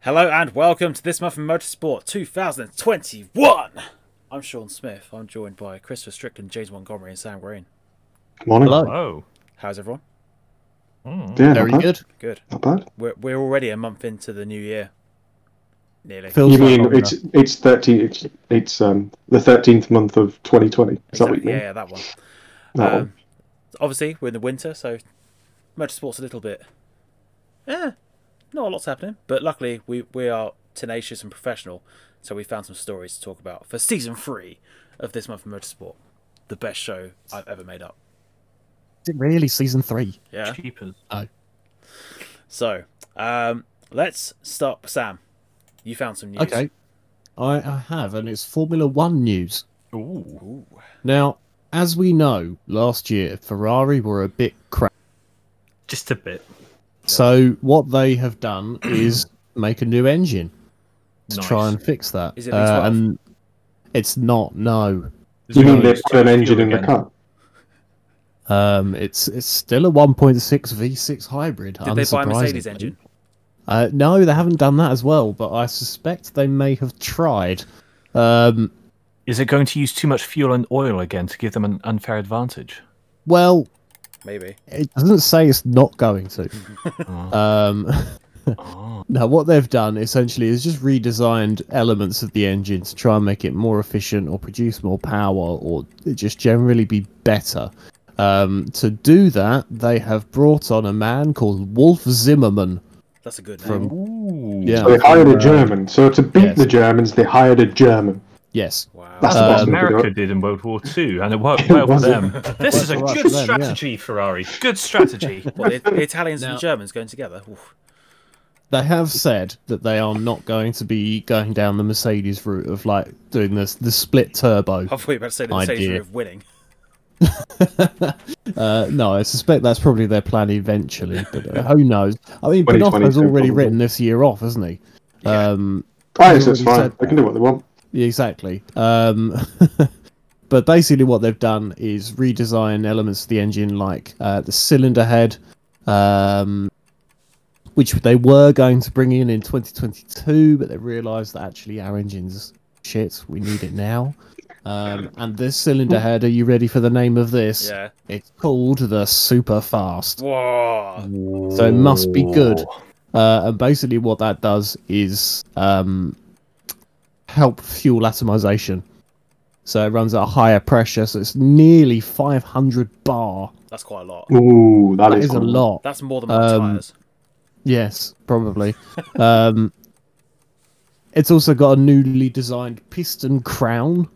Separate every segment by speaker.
Speaker 1: Hello and welcome to This Month in Motorsport 2021. I'm Sean Smith. I'm joined by Christopher Strickland, James Montgomery, and Sam Green.
Speaker 2: Morning.
Speaker 3: Hello.
Speaker 4: Oh,
Speaker 1: How's everyone?
Speaker 2: Yeah,
Speaker 1: Uh-huh.
Speaker 3: Very
Speaker 2: not bad.
Speaker 3: good.
Speaker 1: Good.
Speaker 2: Not bad.
Speaker 1: We're, we're already a month into the new year. Nearly.
Speaker 3: Feels
Speaker 2: You
Speaker 3: like
Speaker 2: mean
Speaker 3: longer.
Speaker 2: it's it's thirteen? It's, it's um the thirteenth month of 2020. Is that what you
Speaker 1: Exactly.
Speaker 2: Oh. mean?
Speaker 1: Yeah, yeah, that one.
Speaker 2: That one.
Speaker 1: Um, obviously, we're in the winter, so motorsport's a little bit. Eh, not a lot's happening. But luckily, we, we are tenacious and professional, so we found some stories to talk about for season three of This Month in Motorsport, the best show I've ever made up.
Speaker 3: Is it really season three?
Speaker 1: Yeah.
Speaker 4: cheapers.
Speaker 1: So, um, let's start. Sam, you found some news.
Speaker 3: Okay. I, I have, and it's Formula One news.
Speaker 4: Ooh.
Speaker 1: Ooh.
Speaker 3: Now, as we know, last year Ferrari were a bit crap.
Speaker 4: Just a bit.
Speaker 3: So what they have done is make a new engine to
Speaker 4: Nice.
Speaker 3: try and fix that. Uh,
Speaker 1: Is it V12?
Speaker 3: and it's not. No.
Speaker 2: you mean they
Speaker 4: There's
Speaker 2: put an
Speaker 4: fuel
Speaker 2: engine in the
Speaker 4: again.
Speaker 2: car?
Speaker 3: Um, it's it's still a 1.6 V6 hybrid.
Speaker 1: Did they buy a Mercedes
Speaker 3: unsurprisingly.
Speaker 1: engine?
Speaker 3: Uh, no, they haven't done that as well, but I suspect they may have tried. Um,
Speaker 4: Is it going to use too much fuel and oil again to give them an unfair advantage?
Speaker 3: well,
Speaker 1: Maybe.
Speaker 3: It doesn't say it's not going to.
Speaker 4: Oh.
Speaker 3: Um,
Speaker 4: Oh.
Speaker 3: now, what they've done essentially is just redesigned elements of the engine to try and make it more efficient or produce more power or just generally be better. Um, to do that, they have brought on a man called Wolf Zimmerman.
Speaker 1: That's a good name.
Speaker 3: From-
Speaker 4: Ooh.
Speaker 3: Yeah.
Speaker 2: They hired a
Speaker 3: Uh,
Speaker 2: German. So to beat
Speaker 3: yes.
Speaker 2: the Germans, they hired a German.
Speaker 3: Yes.
Speaker 1: wow.
Speaker 2: That's
Speaker 3: Uh,
Speaker 4: That's what
Speaker 2: awesome.
Speaker 4: America did in World War Two, and it worked well for
Speaker 2: was it?
Speaker 4: them. This is a
Speaker 3: Worked well
Speaker 4: good
Speaker 3: for them, yeah.
Speaker 4: strategy, Ferrari. Good strategy.
Speaker 1: Well, the, the Italians and
Speaker 3: Now-
Speaker 1: the Germans going together. Oof.
Speaker 3: They have said that they are not going to be going down the Mercedes route of like doing this the split turbo.
Speaker 1: I thought you were about to say the
Speaker 3: My
Speaker 1: Mercedes
Speaker 3: dear.
Speaker 1: were of winning.
Speaker 3: Uh, no, I suspect that's probably their plan eventually, but uh, who knows? I
Speaker 2: 2022
Speaker 3: mean, Binotto's already
Speaker 2: probably.
Speaker 3: written this year off, hasn't he? Um,
Speaker 2: Right, so it's
Speaker 3: already
Speaker 2: fine.
Speaker 3: said
Speaker 2: They can do what they want.
Speaker 3: yeah, exactly. Um, but basically, what they've done is redesign elements of the engine, like uh, the cylinder head, um, which they were going to bring in in 2022, but they realised that actually our engine's shit. We need it now. Um, and this cylinder head, are you ready for the name of this?
Speaker 1: Yeah.
Speaker 3: It's called the Super Fast.
Speaker 1: Whoa.
Speaker 3: So it must be good.
Speaker 4: Ooh.
Speaker 3: Uh, and basically, what that does is um, help fuel atomization. So it runs at a higher pressure, so it's nearly 500 bar.
Speaker 1: That's quite a lot.
Speaker 2: Ooh,
Speaker 3: That is a
Speaker 2: cool.
Speaker 3: lot.
Speaker 1: That's more than my
Speaker 3: Um,
Speaker 1: tires.
Speaker 3: Yes, probably. um, it's also got a newly designed piston crown,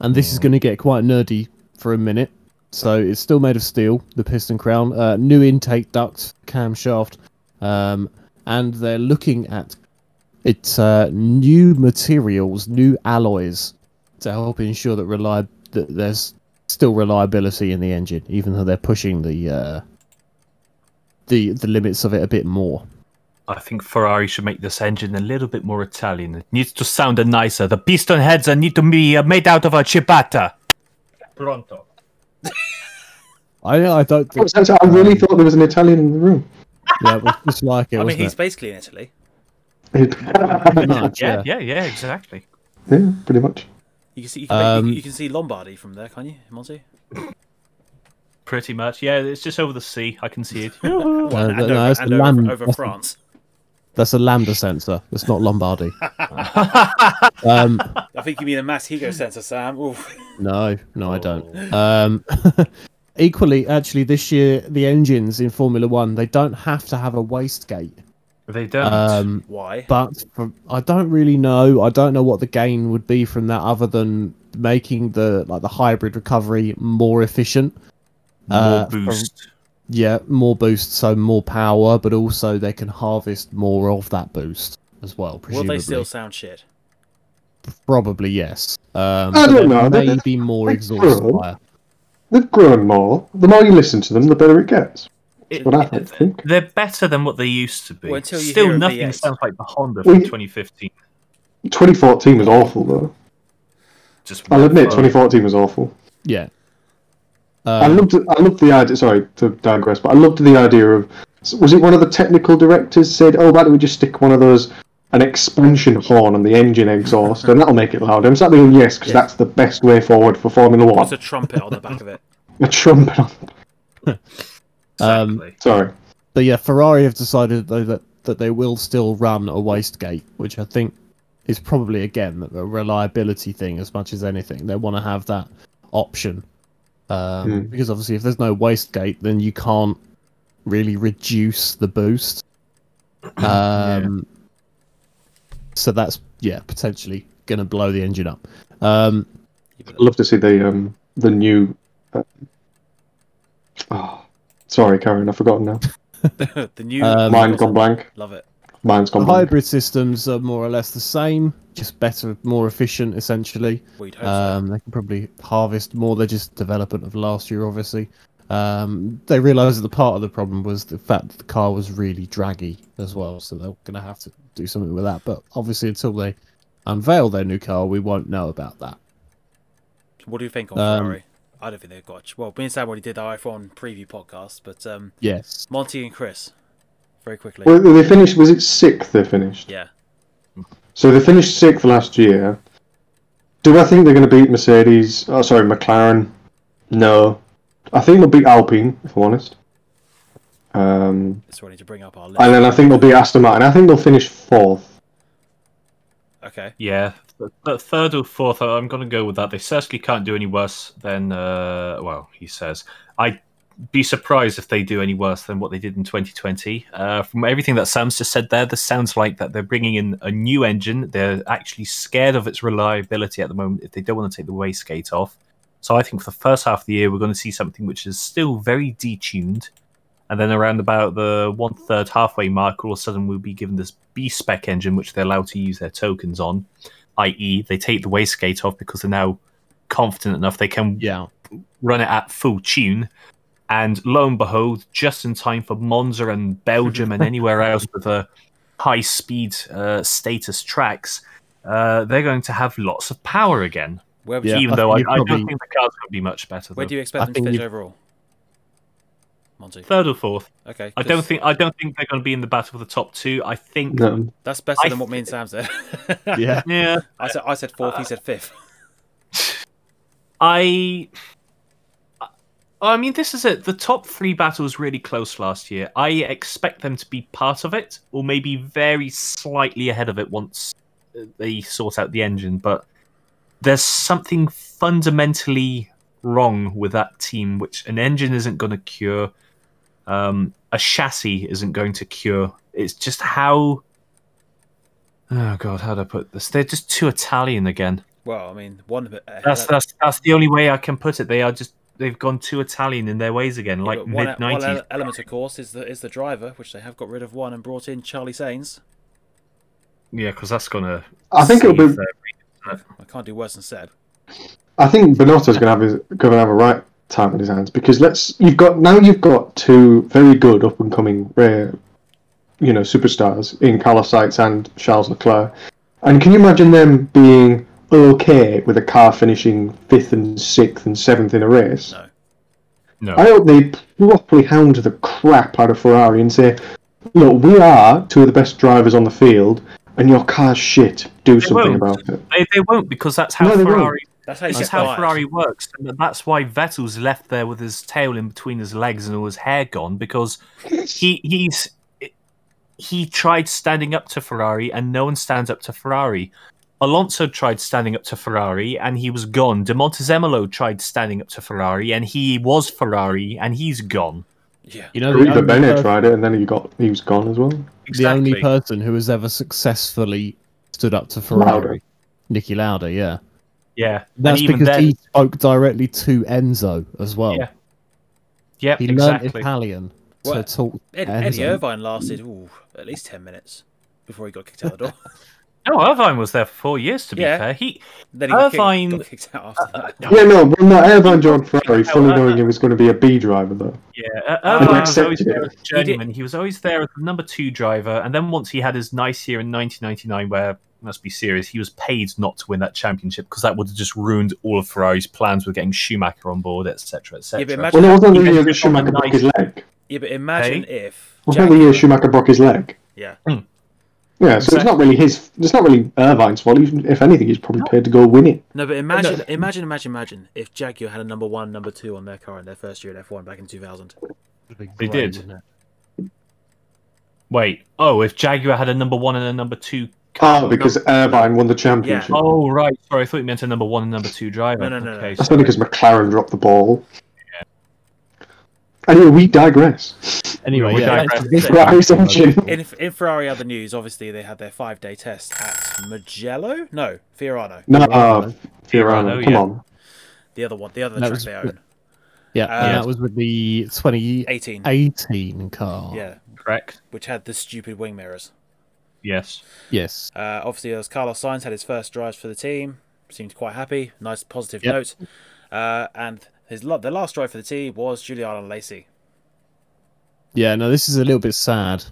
Speaker 3: and this is going to get quite nerdy for a minute. So it's still made of steel, the piston crown, uh, new intake duct, camshaft, um, and they're looking at it's uh, new materials, new alloys to help ensure that reli- that there's still reliability in the engine, even though they're pushing the uh, the the limits of it a bit more.
Speaker 4: I think Ferrari should make this engine a little bit more Italian. It needs to sound nicer. The piston heads are need to be uh, made out of a ciabatta. Pronto.
Speaker 3: I I don't
Speaker 2: Oh,
Speaker 3: think
Speaker 2: so- so I really thought there was an Italian in the room.
Speaker 3: yeah, it was just like it.
Speaker 1: I mean,
Speaker 3: wasn't
Speaker 1: he's
Speaker 3: it?
Speaker 1: basically in Italy.
Speaker 2: yeah,
Speaker 3: Pretty much,
Speaker 4: Yeah,
Speaker 3: yeah.
Speaker 4: yeah, yeah, exactly.
Speaker 2: pretty much.
Speaker 1: You can see you can,
Speaker 3: Um,
Speaker 1: you, can see Lombardy from there, can't you, Monty?
Speaker 4: Pretty much. Yeah, it's just over the sea. I can see it.
Speaker 3: Uh,
Speaker 1: and
Speaker 3: no,
Speaker 1: over,
Speaker 3: that's
Speaker 1: and
Speaker 3: the
Speaker 1: over,
Speaker 3: lamb-
Speaker 1: over
Speaker 3: that's-
Speaker 1: France.
Speaker 3: That's a lambda sensor. It's not Lombardi. um,
Speaker 1: I think you mean a mass Higo sensor, Sam. Oof.
Speaker 3: no, no,
Speaker 1: Oh.
Speaker 3: I don't. Um, equally, actually, this year the engines in Formula One they don't have to have a wastegate.
Speaker 4: They don't.
Speaker 3: Um,
Speaker 1: Why?
Speaker 3: but from, I don't really know. I don't know what the gain would be from that other than making the like the hybrid recovery more efficient.
Speaker 4: More
Speaker 3: uh, from-
Speaker 4: boost.
Speaker 3: Yeah, more boost, so more power, but also they can harvest more of that boost as well.
Speaker 1: Will
Speaker 3: Presumably,
Speaker 1: they still sound shit?
Speaker 3: probably yes.
Speaker 2: I
Speaker 3: Um, but
Speaker 2: don't
Speaker 3: there
Speaker 2: know, I don't
Speaker 3: May be more
Speaker 2: I
Speaker 3: exhaust
Speaker 2: don't know.
Speaker 3: fire.
Speaker 2: They've grown more. The more you listen to them, the better it gets.
Speaker 4: It-
Speaker 2: What I
Speaker 4: it-
Speaker 2: think.
Speaker 4: They're better than what they used to be.
Speaker 1: Well, until you hear E
Speaker 4: Still,
Speaker 1: a
Speaker 4: nothing
Speaker 1: V8.
Speaker 4: sounds like the Honda
Speaker 2: Well,
Speaker 4: from
Speaker 2: you-
Speaker 4: 2015.
Speaker 2: 2014 was awful, though.
Speaker 4: Just
Speaker 2: I'll admit,
Speaker 4: went,
Speaker 2: 2014 was awful.
Speaker 3: Yeah.
Speaker 2: I
Speaker 3: Um,
Speaker 2: loved, I loved the idea. Sorry to digress, but I loved the idea of s- was it one of the technical directors said, "Oh, why don't we just stick one of those an expansion horn on the engine exhaust, and that'll make it louder"? I'm sat there, yes, because
Speaker 1: Yes.
Speaker 2: that's the best way forward for Formula One.
Speaker 1: There's a trumpet on the back of it.
Speaker 2: A trumpet. On...
Speaker 3: Um,
Speaker 4: Exactly.
Speaker 2: Sorry.
Speaker 3: But yeah, Ferrari have decided though that, that they will still run a wastegate, which I think is probably again a reliability thing as much as anything. They want to have that option um,
Speaker 2: Hmm.
Speaker 3: because obviously, if there's no wastegate, then you can't really reduce the boost. Um, So that's yeah, potentially going to blow the engine up. Um,
Speaker 2: I'd love to see the um the new. Uh... Oh, sorry, Karen. I've forgotten now.
Speaker 1: the new
Speaker 3: Um,
Speaker 2: Mine gone blank.
Speaker 1: Love it.
Speaker 2: Mine's
Speaker 3: the
Speaker 2: gone blank.
Speaker 3: hybrid systems are more or less the same, just better, more efficient, essentially.
Speaker 1: We'd hope
Speaker 3: Um, they can probably harvest more. They're just development of last year, obviously. Um, they realised that the part of the problem was the fact that the car was really draggy as well, so they're going to have to do something with that. But obviously, until they unveil their new car, we won't know about that.
Speaker 1: so. What do you think on
Speaker 3: um,
Speaker 1: Ferrari? I don't think they've got. Well, me and Sam already did our iPhone preview podcast, but um,
Speaker 3: Yes.
Speaker 1: Monty and Chris, very quickly.
Speaker 2: Well, they finished. Was it sixth? They finished.
Speaker 1: yeah,
Speaker 2: So they finished sixth last year. Do I think they're going to beat Mercedes? Oh, sorry, McLaren. No, I think they'll beat Alpine if I'm honest. Um,
Speaker 1: it's ready to bring up our list.
Speaker 2: and then I think they'll beat Aston Martin. I think they'll finish fourth.
Speaker 1: Okay,
Speaker 4: Yeah, th- th- third or fourth. I- I'm going to go with that. They certainly can't do any worse than uh, well, he says. I'd be surprised if they do any worse than what they did in 2020. Uh, from everything that Sam's just said there, this sounds like that they're bringing in a new engine. They're actually scared of its reliability at the moment. If they don't want to take the wastegate off, so I think for the first half of the year we're going to see something which is still very detuned. And then around about the one third halfway mark, all of a sudden we'll be given this B spec engine, which they're allowed to use their tokens on, i.e., they take the wastegate off because they're now confident enough they can
Speaker 3: Yeah.
Speaker 4: run it at full tune. And lo and behold, just in time for Monza and Belgium and anywhere else with uh, high speed uh, status tracks, uh, they're going to have lots of power again.
Speaker 1: where would
Speaker 3: Yeah.
Speaker 1: you,
Speaker 4: Even
Speaker 3: I
Speaker 4: though I,
Speaker 3: think
Speaker 4: I
Speaker 3: you
Speaker 4: don't
Speaker 3: probably-
Speaker 4: think the car's going to be much better.
Speaker 1: where
Speaker 4: though.
Speaker 1: do you expect
Speaker 3: I
Speaker 1: them to
Speaker 3: think
Speaker 1: finish
Speaker 3: you-
Speaker 1: overall? Monty.
Speaker 4: Third or fourth?
Speaker 1: Okay,
Speaker 4: I
Speaker 1: 'cause
Speaker 4: don't think I don't think they're going to be in the battle for the top two. I think
Speaker 2: No,
Speaker 1: that's better
Speaker 4: I
Speaker 1: than what me and Sam said.
Speaker 3: Yeah.
Speaker 4: yeah.
Speaker 1: I said I said fourth. he said fifth.
Speaker 4: I I mean this is it. The top 3 battles really close last year. I expect them to be part of it or maybe very slightly ahead of it once uh, they sort out the engine, but there's something fundamentally wrong with that team which an engine isn't going to cure. Um, a chassis isn't going to cure. It's just how Oh god, how do I put this? They're just too Italian again.
Speaker 1: Well, I mean, one. of it- uh,
Speaker 4: That's
Speaker 1: that-
Speaker 4: that's that's the only way I can put it. They are just they've gone too Italian in their ways again, like
Speaker 1: but one,
Speaker 4: mid
Speaker 1: one
Speaker 4: nineties.
Speaker 1: ele- element, of course, is the is the driver, which they have got rid of one and brought in Charlie Sains.
Speaker 4: Yeah, because that's gonna.
Speaker 2: I think it'll
Speaker 4: save
Speaker 2: be.
Speaker 4: their-
Speaker 1: I can't do worse than Seb.
Speaker 2: I think Benotto's going to have his going to have a right time in his hands because let's you've got now you've got two very good up and coming rare, you know, superstars in Carlos Sainz and Charles Leclerc, and can you imagine them being okay with a car finishing fifth and sixth and seventh in a race?
Speaker 1: No.
Speaker 4: No.
Speaker 2: I hope they properly hound the crap out of Ferrari and say, "Look, we are two of the best drivers on the field, and your car's shit. Do something
Speaker 4: won't.
Speaker 2: about it."
Speaker 4: They, they won't because that's how
Speaker 2: No, they won't.
Speaker 4: Ferrari.
Speaker 1: That's how you
Speaker 4: This is
Speaker 1: get
Speaker 4: how
Speaker 1: fired.
Speaker 4: Ferrari works, and that's why Vettel's left there with his tail in between his legs and all his hair gone because he he's he tried standing up to Ferrari, and no one stands up to Ferrari. Alonso tried standing up to Ferrari, and he was gone. De Montezemolo tried standing up to Ferrari, and he was Ferrari, and he's gone.
Speaker 1: Yeah.
Speaker 3: You know, the
Speaker 2: Arriba
Speaker 3: only
Speaker 2: Bene
Speaker 3: per-
Speaker 2: tried it, and then he got he was gone as well.
Speaker 3: the only person who has ever successfully stood up to
Speaker 2: Lauda.
Speaker 3: Ferrari, Nicky Lauda. Yeah.
Speaker 4: yeah,
Speaker 3: That's
Speaker 4: and even
Speaker 3: because
Speaker 4: then,
Speaker 3: he spoke directly to Enzo as well.
Speaker 4: Yeah, yep,
Speaker 3: He learned
Speaker 4: exactly.
Speaker 3: Italian to
Speaker 1: Well,
Speaker 3: talk to
Speaker 1: Ed,
Speaker 3: Enzo.
Speaker 1: Eddie Irvine lasted ooh, at least ten minutes before he got kicked out the door.
Speaker 4: No, Irvine was there for four years. To be
Speaker 1: Yeah.
Speaker 4: fair, he
Speaker 1: then he got kicked-
Speaker 4: Irvine-
Speaker 1: got kicked out after that.
Speaker 2: Yeah, no, when that airborne job Ferrari, fully
Speaker 4: uh,
Speaker 2: knowing he was going to be a B driver, though.
Speaker 4: Yeah, uh, Irvine was
Speaker 2: accepted
Speaker 4: always
Speaker 2: it.
Speaker 4: there as a
Speaker 1: did-
Speaker 4: journeyman. He was always there as the number two driver, and then once he had his nice year in 1999, where let's be serious, he was paid not to win that championship because that would have just ruined all of Ferrari's plans with getting Schumacher on board, etc.,
Speaker 1: Yeah, but
Speaker 4: etc.
Speaker 1: imagine-
Speaker 2: Well, it wasn't
Speaker 4: He
Speaker 2: really
Speaker 4: just
Speaker 2: a
Speaker 4: did
Speaker 2: Schumacher
Speaker 4: something
Speaker 2: broke his leg.
Speaker 1: Yeah, but imagine if
Speaker 2: Wasn't that the year Schumacher broke his leg?
Speaker 1: yeah,
Speaker 2: Yeah, so it's not really his. It's not really Irvine's fault. Even if anything, he's probably paid to go win it.
Speaker 1: no, but imagine, imagine, imagine, imagine if Jaguar had a number one, number two on their car in their first year at F1 back in 2000.
Speaker 4: They did. Wait. Oh, if Jaguar had a number one and a number two car.
Speaker 2: Oh, because Irvine won the championship.
Speaker 4: Oh, right. Sorry, I thought you meant a number one and number two driver.
Speaker 1: No, no, no, no.
Speaker 4: Okay,
Speaker 2: That's
Speaker 4: so-
Speaker 2: only because McLaren dropped the ball. Anyway, we digress.
Speaker 3: Anyway,
Speaker 4: We
Speaker 3: yeah,
Speaker 4: digress.
Speaker 3: this-
Speaker 2: Right, engine.
Speaker 1: In, in Ferrari other news, obviously they had their five day test at Magello. No, Fiorano,
Speaker 2: No, uh, Fiorano,
Speaker 4: Fiorano,
Speaker 2: come
Speaker 4: yeah.
Speaker 2: on.
Speaker 1: the other one, the other
Speaker 3: That
Speaker 1: track
Speaker 3: was-
Speaker 1: they own.
Speaker 3: yeah, and
Speaker 1: Uh,
Speaker 3: that was with the 2018
Speaker 1: 18.
Speaker 3: car.
Speaker 1: Yeah,
Speaker 4: correct.
Speaker 1: which had the stupid wing mirrors.
Speaker 4: Yes.
Speaker 3: Yes.
Speaker 1: Uh, obviously, as Carlos Sainz had his first drives for the team, seemed quite happy. Nice positive
Speaker 3: Yep.
Speaker 1: note. Uh, and his lo- the last drive for the team was Juliana Lacey.
Speaker 3: Yeah, no, this is a little bit sad.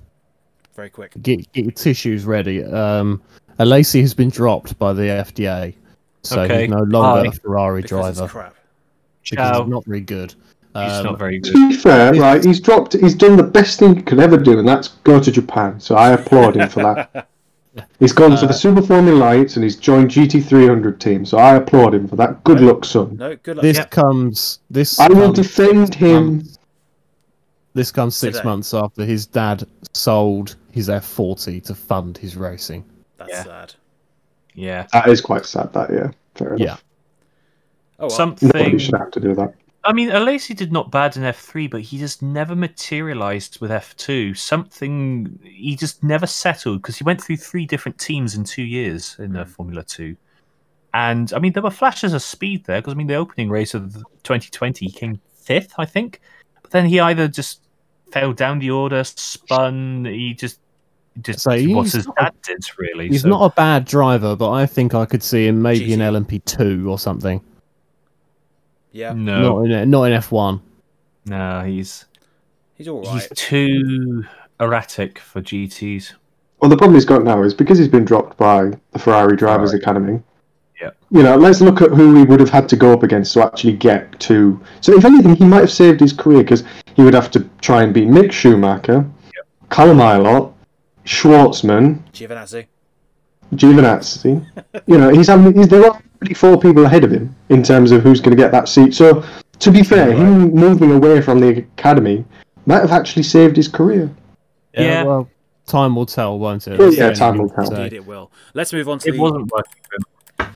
Speaker 1: Very quick.
Speaker 3: Get, get your tissues ready. Um, Alacy has been dropped by the FDA, so
Speaker 4: Okay.
Speaker 3: he's no longer
Speaker 4: Why?
Speaker 3: a Ferrari
Speaker 1: Because
Speaker 3: driver
Speaker 1: it's crap.
Speaker 3: because
Speaker 4: Ciao.
Speaker 3: he's not very good.
Speaker 4: He's
Speaker 3: Um,
Speaker 4: not very good.
Speaker 2: To be fair, right, he's dropped. He's done the best thing he could ever do, and that's go to Japan. So I applaud him for that. He's gone to the Super Formula Lights and he's joined GT300 team. So I applaud him for that. Good luck, son.
Speaker 1: No, good luck.
Speaker 3: This
Speaker 1: Yep.
Speaker 3: comes this.
Speaker 2: I will
Speaker 3: comes
Speaker 2: defend him.
Speaker 3: This comes six
Speaker 1: Today.
Speaker 3: months after his dad sold his F40 to fund his racing.
Speaker 1: That's
Speaker 4: Yeah.
Speaker 1: sad.
Speaker 4: Yeah.
Speaker 2: That is quite sad. That yeah, fair enough.
Speaker 3: Yeah.
Speaker 1: Oh, well.
Speaker 2: Nobody
Speaker 4: Something.
Speaker 2: should have to do that.
Speaker 4: I mean, Alacy did not bad in F3, but he just never materialized with F2. Something. He just never settled because he went through three different teams in two years in
Speaker 1: Hmm.
Speaker 4: uh, Formula 2. And, I mean, there were flashes of speed there because, I mean, the opening race of the 2020, he came fifth, I think. But then he either just fell down the order, spun, he just. Just
Speaker 3: So
Speaker 4: did what
Speaker 3: he's
Speaker 4: his
Speaker 3: not-
Speaker 4: dad did, really.
Speaker 3: He's
Speaker 4: so-
Speaker 3: not a bad driver, but I think I could see him maybe in
Speaker 1: GT.
Speaker 3: LMP2 or something.
Speaker 1: yeah,
Speaker 4: No,
Speaker 3: Not in not in F1.
Speaker 4: no, he's
Speaker 1: he's all
Speaker 4: he's
Speaker 1: right.
Speaker 4: too erratic for GTs.
Speaker 2: Well, the problem he's got now is because he's been dropped by the Ferrari Drivers Academy.
Speaker 4: Yeah.
Speaker 2: You know, let's look at who he would have had to go up against to actually get to. So, if anything, he might have saved his career because he would have to try and beat Mick Schumacher, Callum Ilott, Schwartzman,
Speaker 1: Giovinazzi.
Speaker 2: Giovinazzi. you know, he's having, he's, there are already four people ahead of him in terms of who's going to get that seat. So, to be fair, him moving away from the academy might have actually saved his career.
Speaker 4: Yeah.
Speaker 3: well, time will tell, won't it? uh,
Speaker 2: Yeah,
Speaker 3: That's the
Speaker 2: time
Speaker 3: only
Speaker 2: will
Speaker 3: thing to
Speaker 2: tell.
Speaker 3: say.
Speaker 1: Indeed, it will. Let's move on to
Speaker 4: It
Speaker 1: the
Speaker 4: wasn't working. for him.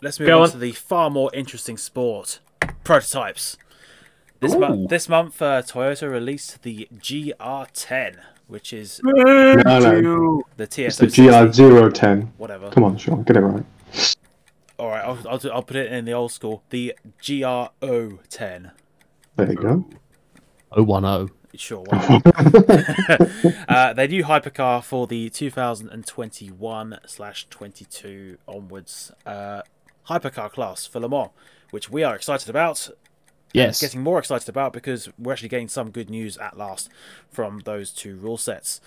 Speaker 1: Let's move
Speaker 4: Go
Speaker 1: on,
Speaker 4: on.
Speaker 1: to the far more interesting sport, prototypes. This,
Speaker 4: Ooh.
Speaker 1: month, this month, uh, Toyota released the GR10, which is
Speaker 2: No, no.
Speaker 1: the
Speaker 2: It's the
Speaker 1: TSO,
Speaker 2: GR010.
Speaker 1: whatever.
Speaker 2: Come on, Sean, get it right.
Speaker 1: All right, I'll, I'll, do- I'll put it in the old school, the GRO10.
Speaker 2: There you go.
Speaker 1: Uh,
Speaker 3: 010.
Speaker 1: Sure. why not? uh, their new hypercar for the 2021 slash 22 onwards uh, hypercar class for Le Mans, which we are excited about.
Speaker 3: Yes.
Speaker 1: getting more excited about because we're actually getting some good news at last from those two rule sets.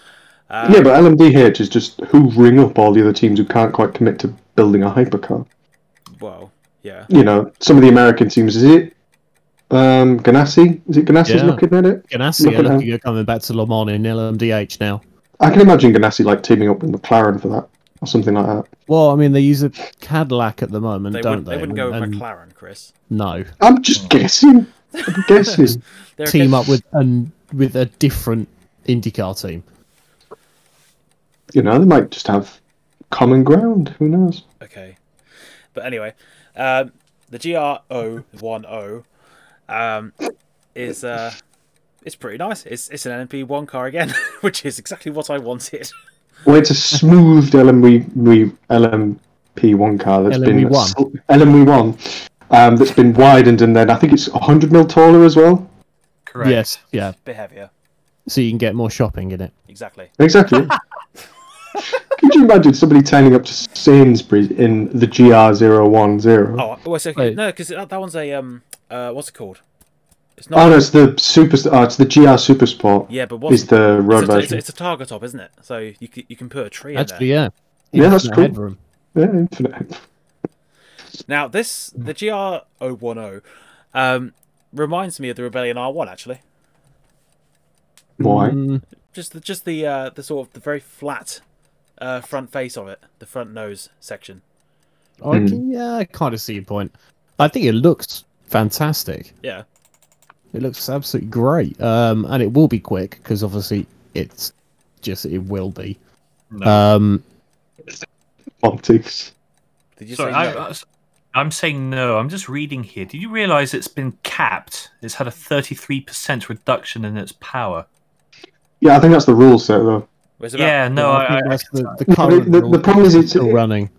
Speaker 2: yeah, but LMDH is just hoovering up all the other teams who can't quite commit to building a hypercar.
Speaker 1: Well, yeah,
Speaker 2: You know, some of the American teams, is it um, Ganassi? Is it Ganassi's
Speaker 3: Yeah.
Speaker 2: looking at it?
Speaker 3: Ganassi
Speaker 2: Look
Speaker 3: are
Speaker 2: at
Speaker 3: looking at coming back to Le Mans in LMDH now.
Speaker 2: I can imagine Ganassi like teaming up with McLaren for that or something like that.
Speaker 3: Well, I mean, they use a Cadillac at the moment,
Speaker 1: they,
Speaker 3: don't
Speaker 1: wouldn't, they? wouldn't go with McLaren, Chris.
Speaker 3: No.
Speaker 2: I'm just guessing. I'm guessing.
Speaker 1: They're occasion-
Speaker 3: Team up with an, with a different IndyCar team.
Speaker 2: You know, they might just have common ground. Who knows?
Speaker 1: Okay, but anyway, um, the GR010 um, is uh, it's pretty nice. It's it's an NP1 car again, which is exactly what I wanted.
Speaker 2: Well, it's a smoothed LMW, LMP1 car that's been
Speaker 3: LMW1.
Speaker 2: sl- LMW1 um, that's been widened and then I think it's 100 mil taller as well.
Speaker 4: Correct.
Speaker 3: Yes. Yeah.
Speaker 1: bit heavier,
Speaker 3: So you can get more shopping in it.
Speaker 1: exactly.
Speaker 2: Exactly. Could you imagine somebody turning up to Sainsbury's in the GR010? Oh,
Speaker 1: Oh, well, it's okay.
Speaker 3: Wait.
Speaker 1: no, because that, that one's a um, uh, what's it called? It's not.
Speaker 2: Oh, no, it's the Super. Oh, it's the GR Super Sport.
Speaker 1: yeah, but what's
Speaker 2: Is the road
Speaker 1: it's, a, it's, a,
Speaker 2: version?
Speaker 1: it's a target top, isn't it? So you c- you can put a tree
Speaker 3: Actually,
Speaker 1: in
Speaker 3: yeah.
Speaker 2: Yeah, that's
Speaker 3: Infinite
Speaker 2: cool.
Speaker 3: headroom.
Speaker 2: Yeah, infinite.
Speaker 1: there. Now this the GR010 um, reminds me of the Rebellion R1 actually.
Speaker 2: Why?
Speaker 3: Mm,
Speaker 1: Just the just the uh, the sort of the very flat uh, front face of it, the front nose section.
Speaker 3: I
Speaker 2: Hmm.
Speaker 3: can, yeah, I kind of see your point. I think it looks fantastic.
Speaker 1: Yeah,
Speaker 3: It looks absolutely great. Um, and it will be quick because obviously it's just it will be.
Speaker 4: No.
Speaker 3: Um,
Speaker 2: Optics.
Speaker 1: did you
Speaker 4: Sorry,
Speaker 1: say?
Speaker 4: I,
Speaker 1: no?
Speaker 4: I, am saying no. I'm just reading here. Did you realise it's been capped? It's had a 33% reduction in its power.
Speaker 2: Yeah, I think that's the rule set though.
Speaker 1: Where's it at?
Speaker 4: Yeah, no,
Speaker 3: I
Speaker 4: I, I,
Speaker 3: think that's the, the
Speaker 2: The-
Speaker 3: current
Speaker 2: the-
Speaker 3: rule
Speaker 2: the problem is
Speaker 3: that's
Speaker 2: it's-
Speaker 3: still running.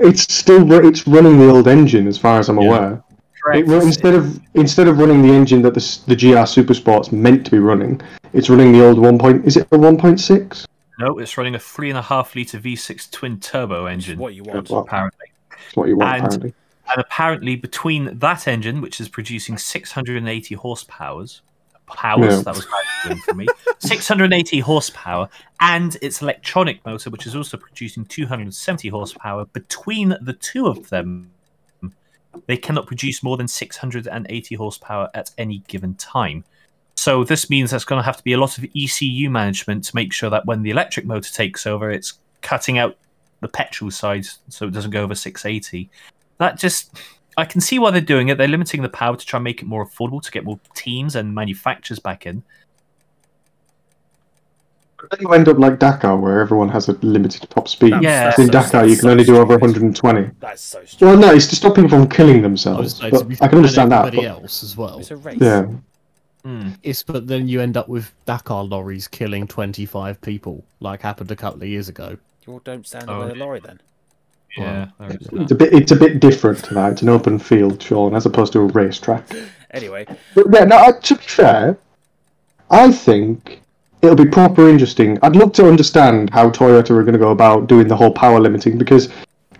Speaker 2: It's still ru- it's running the old engine as far as I'm
Speaker 3: Yeah.
Speaker 2: aware. It,
Speaker 4: correct.
Speaker 2: run- instead of instead of running the engine that the s- the GR Super Sport's meant to be running, it's running the old one point. Is it a one point six?
Speaker 4: no, it's running a three and a half liter V6 twin turbo engine.
Speaker 1: What you want?
Speaker 2: That's what
Speaker 4: Apparently,
Speaker 2: that's what you want
Speaker 4: And-
Speaker 2: apparently.
Speaker 4: and apparently between that engine, which is producing 680 horsepowers, powers
Speaker 2: Yeah.
Speaker 4: that was hard for me, 680 horsepower, and its electronic motor, which is also producing 270 horsepower. Between the two of them, they cannot produce more than 680 horsepower at any given time. So this means there's going to have to be a lot of ECU management to make sure that when the electric motor takes over, it's cutting out the petrol side so it doesn't go over 680. That just I can see why they're doing it. They're limiting the power to try and make it more affordable to get more teams and manufacturers back in.
Speaker 2: Then you end up like Dakar, where everyone has a limited top speed.
Speaker 1: That's-
Speaker 4: Yeah.
Speaker 1: that's
Speaker 2: In
Speaker 1: so-
Speaker 2: Dakar,
Speaker 1: that's
Speaker 2: you can
Speaker 1: so
Speaker 2: only do over
Speaker 1: stupid.
Speaker 2: 120.
Speaker 1: That's so stupid.
Speaker 2: Well, no, it's to stop people from killing
Speaker 3: I,
Speaker 2: themselves.
Speaker 3: was saying,
Speaker 2: oh, but
Speaker 3: Oh, to be
Speaker 2: I
Speaker 3: fair,
Speaker 2: can understand
Speaker 3: and
Speaker 2: that.
Speaker 3: everybody
Speaker 2: but-
Speaker 3: else as well.
Speaker 1: It's a race.
Speaker 2: yeah,
Speaker 3: It's but then you end up with Dakar lorries killing twenty five people, like happened a couple of years ago.
Speaker 1: You all don't stand
Speaker 4: Oh.
Speaker 1: by the lorry then.
Speaker 4: Yeah. there is that.
Speaker 2: it's a bit it's a bit different to that. It's an open field, Sean, as opposed to a racetrack.
Speaker 1: Anyway,
Speaker 2: But yeah, no. I- To be fair, I think it'll be proper interesting. I'd love to understand how Toyota are going to go about doing the whole power limiting because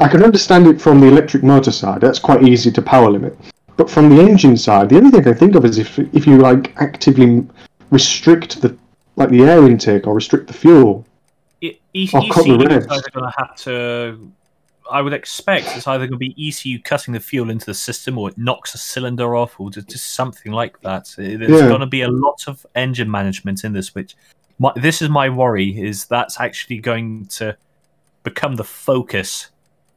Speaker 2: I can understand it from the electric motor side. That's quite easy to power limit. But from the engine side, the only thing I can think of is if if you like actively restrict the like the air intake or restrict the fuel.
Speaker 4: E- E-
Speaker 2: I'll cut the
Speaker 4: ECU is
Speaker 2: rest.
Speaker 4: either going to have to. I would expect it's either going to be ECU cutting the fuel into the system, or it knocks a cylinder off, or just, just something like that. There's
Speaker 2: Yeah.
Speaker 4: going to be a lot of engine management in this. Which my, this is my worry is that's actually going to become the focus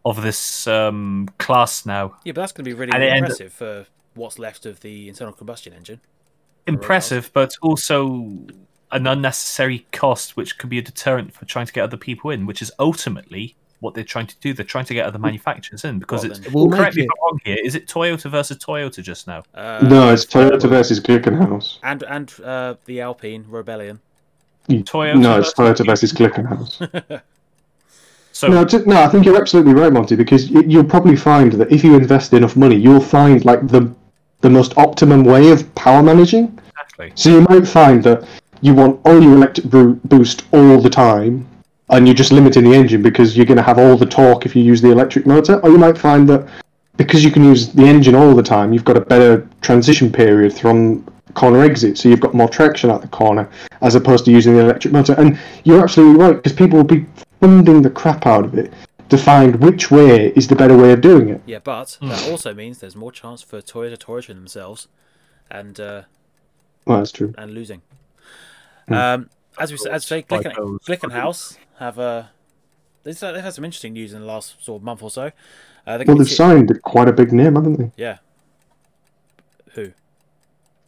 Speaker 4: of this um, class now.
Speaker 1: yeah, but that's going to be really
Speaker 4: And it ends-
Speaker 1: impressive for what's left of the internal combustion engine.
Speaker 4: impressive, but also an unnecessary cost, which could be a deterrent for trying to get other people in, which is ultimately what they're trying to do. They're trying to get other manufacturers in because
Speaker 1: Well,
Speaker 4: it's.
Speaker 1: then,
Speaker 3: We'll
Speaker 4: correct
Speaker 3: make
Speaker 4: me if
Speaker 3: it.
Speaker 4: I'm wrong here. Is it Toyota versus Toyota just now?
Speaker 1: uh,
Speaker 2: no, it's Toyota versus Glickenhaus.
Speaker 1: and and uh, the Alpine Rebellion.
Speaker 4: Toyota
Speaker 2: no, it's
Speaker 4: versus-
Speaker 2: Toyota versus Glickenhaus.
Speaker 4: So
Speaker 2: No, t- no, I think you're absolutely right, Monty. Because y- you'll probably find that if you invest enough money, you'll find like the the most optimum way of power managing.
Speaker 4: exactly.
Speaker 2: So you might find that you want all your electric bru- boost all the time, and you're just limiting the engine because you're going to have all the torque if you use the electric motor. Or you might find that because you can use the engine all the time, you've got a better transition period from corner exit, so you've got more traction at the corner as opposed to using the electric motor. And you're absolutely right because people will be funding the crap out of it to find which way is the better way of doing it.
Speaker 1: Yeah, but
Speaker 4: Hmm.
Speaker 1: that also means there's more chance for Toyota to origin themselves, and uh,
Speaker 2: Well, that's true.
Speaker 1: and losing.
Speaker 2: Hmm.
Speaker 1: Um, as we s- as we say,
Speaker 4: Like
Speaker 1: Glicken,
Speaker 4: those-
Speaker 1: Glickenhaus have uh, they've they've had some interesting news in the last sort of month or so. Uh, they're
Speaker 2: Well,
Speaker 1: gonna
Speaker 2: they've
Speaker 1: be-
Speaker 2: signed quite a big name, haven't they?
Speaker 1: Yeah. Who?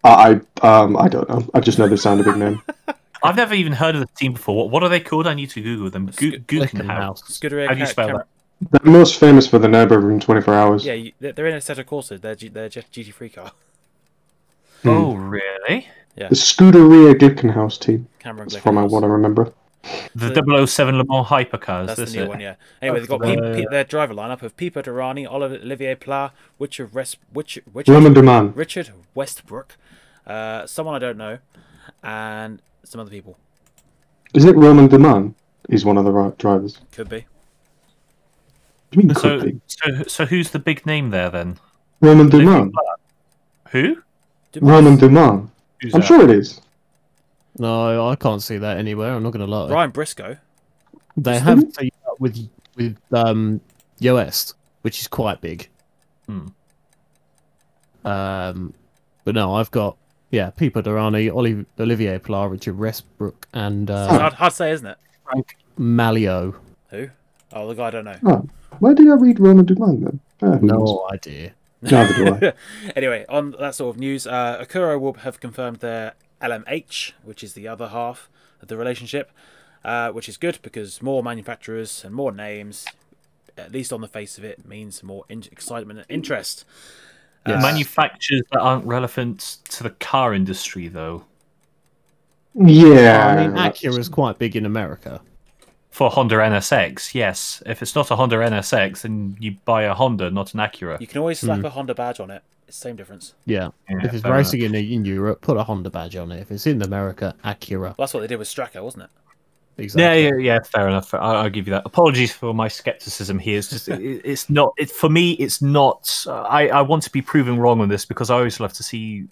Speaker 2: I I, um, I don't know. I just know they signed a big name.
Speaker 4: I've never even heard of the team before. What, what are they called? I need to Google them. Go-
Speaker 1: Sc-
Speaker 4: Guggenhaus.
Speaker 3: Glickenhaus.
Speaker 1: Scuderia.
Speaker 4: How do you
Speaker 1: Ca-
Speaker 4: spell
Speaker 1: Camera-
Speaker 4: that?
Speaker 2: They're most famous for the Nurburgring 24 Hours.
Speaker 1: Yeah, you, they're they're in a set of courses. They're, G, they're just GT3 car.
Speaker 4: Oh, really?
Speaker 2: The Scuderia Glickenhaus team.
Speaker 1: Cameron
Speaker 2: That's from
Speaker 1: Glickenhaus.
Speaker 2: what I remember.
Speaker 4: The
Speaker 1: The-
Speaker 4: 007 Le Mans hypercars.
Speaker 1: That's
Speaker 4: this
Speaker 1: the new
Speaker 4: it.
Speaker 1: one, yeah. Anyway, they've got
Speaker 4: That's
Speaker 1: Pe-
Speaker 4: the-
Speaker 1: Pe-
Speaker 2: uh,
Speaker 1: their driver lineup of Pipo Derani, Oliver- Olivier Pla, Richard, Res- Richard,
Speaker 2: Roman
Speaker 1: Richard,
Speaker 2: Duman.
Speaker 1: Richard Westbrook, uh, someone I don't know, and some other people.
Speaker 2: Isn't it Roman Duman? He's one of the right drivers.
Speaker 1: Could be.
Speaker 2: Do you mean could
Speaker 4: So,
Speaker 2: be?
Speaker 4: so, so who's the big name there then?
Speaker 2: Roman Duman.
Speaker 4: Who?
Speaker 1: Dumas.
Speaker 2: Roman Duman.
Speaker 4: Who's
Speaker 2: I'm
Speaker 4: that?
Speaker 2: sure it is.
Speaker 3: No, I can't see that anywhere. I'm not going to lie.
Speaker 1: Ryan Briscoe.
Speaker 3: They have teamed up with with um Yoest, which is quite big.
Speaker 4: Hmm.
Speaker 3: Um, but no, I've got yeah, Pipa Durrani, Oli- Olivier Pilar, Richard Westbrook, and
Speaker 1: It's
Speaker 3: uh,
Speaker 1: hard, hard to say, isn't it?
Speaker 3: Frank Malio.
Speaker 1: Who? Oh, the guy I don't know.
Speaker 2: Why did I read Roman Duman then? Ah, who knows?
Speaker 3: No idea.
Speaker 2: Neither do I.
Speaker 1: anyway, on that sort of news, uh, Akuro will have confirmed their LMH, which is the other half of the relationship, uh, which is good because more manufacturers and more names, at least on the face of it, means more in- excitement and interest.
Speaker 3: Yes.
Speaker 4: Manufacturers that aren't relevant to the car industry, though.
Speaker 2: Yeah.
Speaker 5: Uh,
Speaker 3: I mean, Acura is quite big in America.
Speaker 4: For Honda NSX, yes. If it's not a Honda NSX, then you buy a Honda, not an Acura.
Speaker 1: You can always
Speaker 4: Hmm.
Speaker 1: slap a Honda badge on it. It's the same difference.
Speaker 3: Yeah.
Speaker 4: Yeah,
Speaker 3: if it's
Speaker 4: fair
Speaker 3: racing in, in Europe, put a Honda badge on it. If it's in America, Acura.
Speaker 1: Well, that's what they did with Straka, wasn't it?
Speaker 4: Yeah,
Speaker 3: Exactly.
Speaker 4: yeah, yeah. Fair enough. I- I'll give you that. Apologies for my skepticism here. It's just, it, it's not. It, for me, it's not. I, I want to be proven wrong on this because I always love to see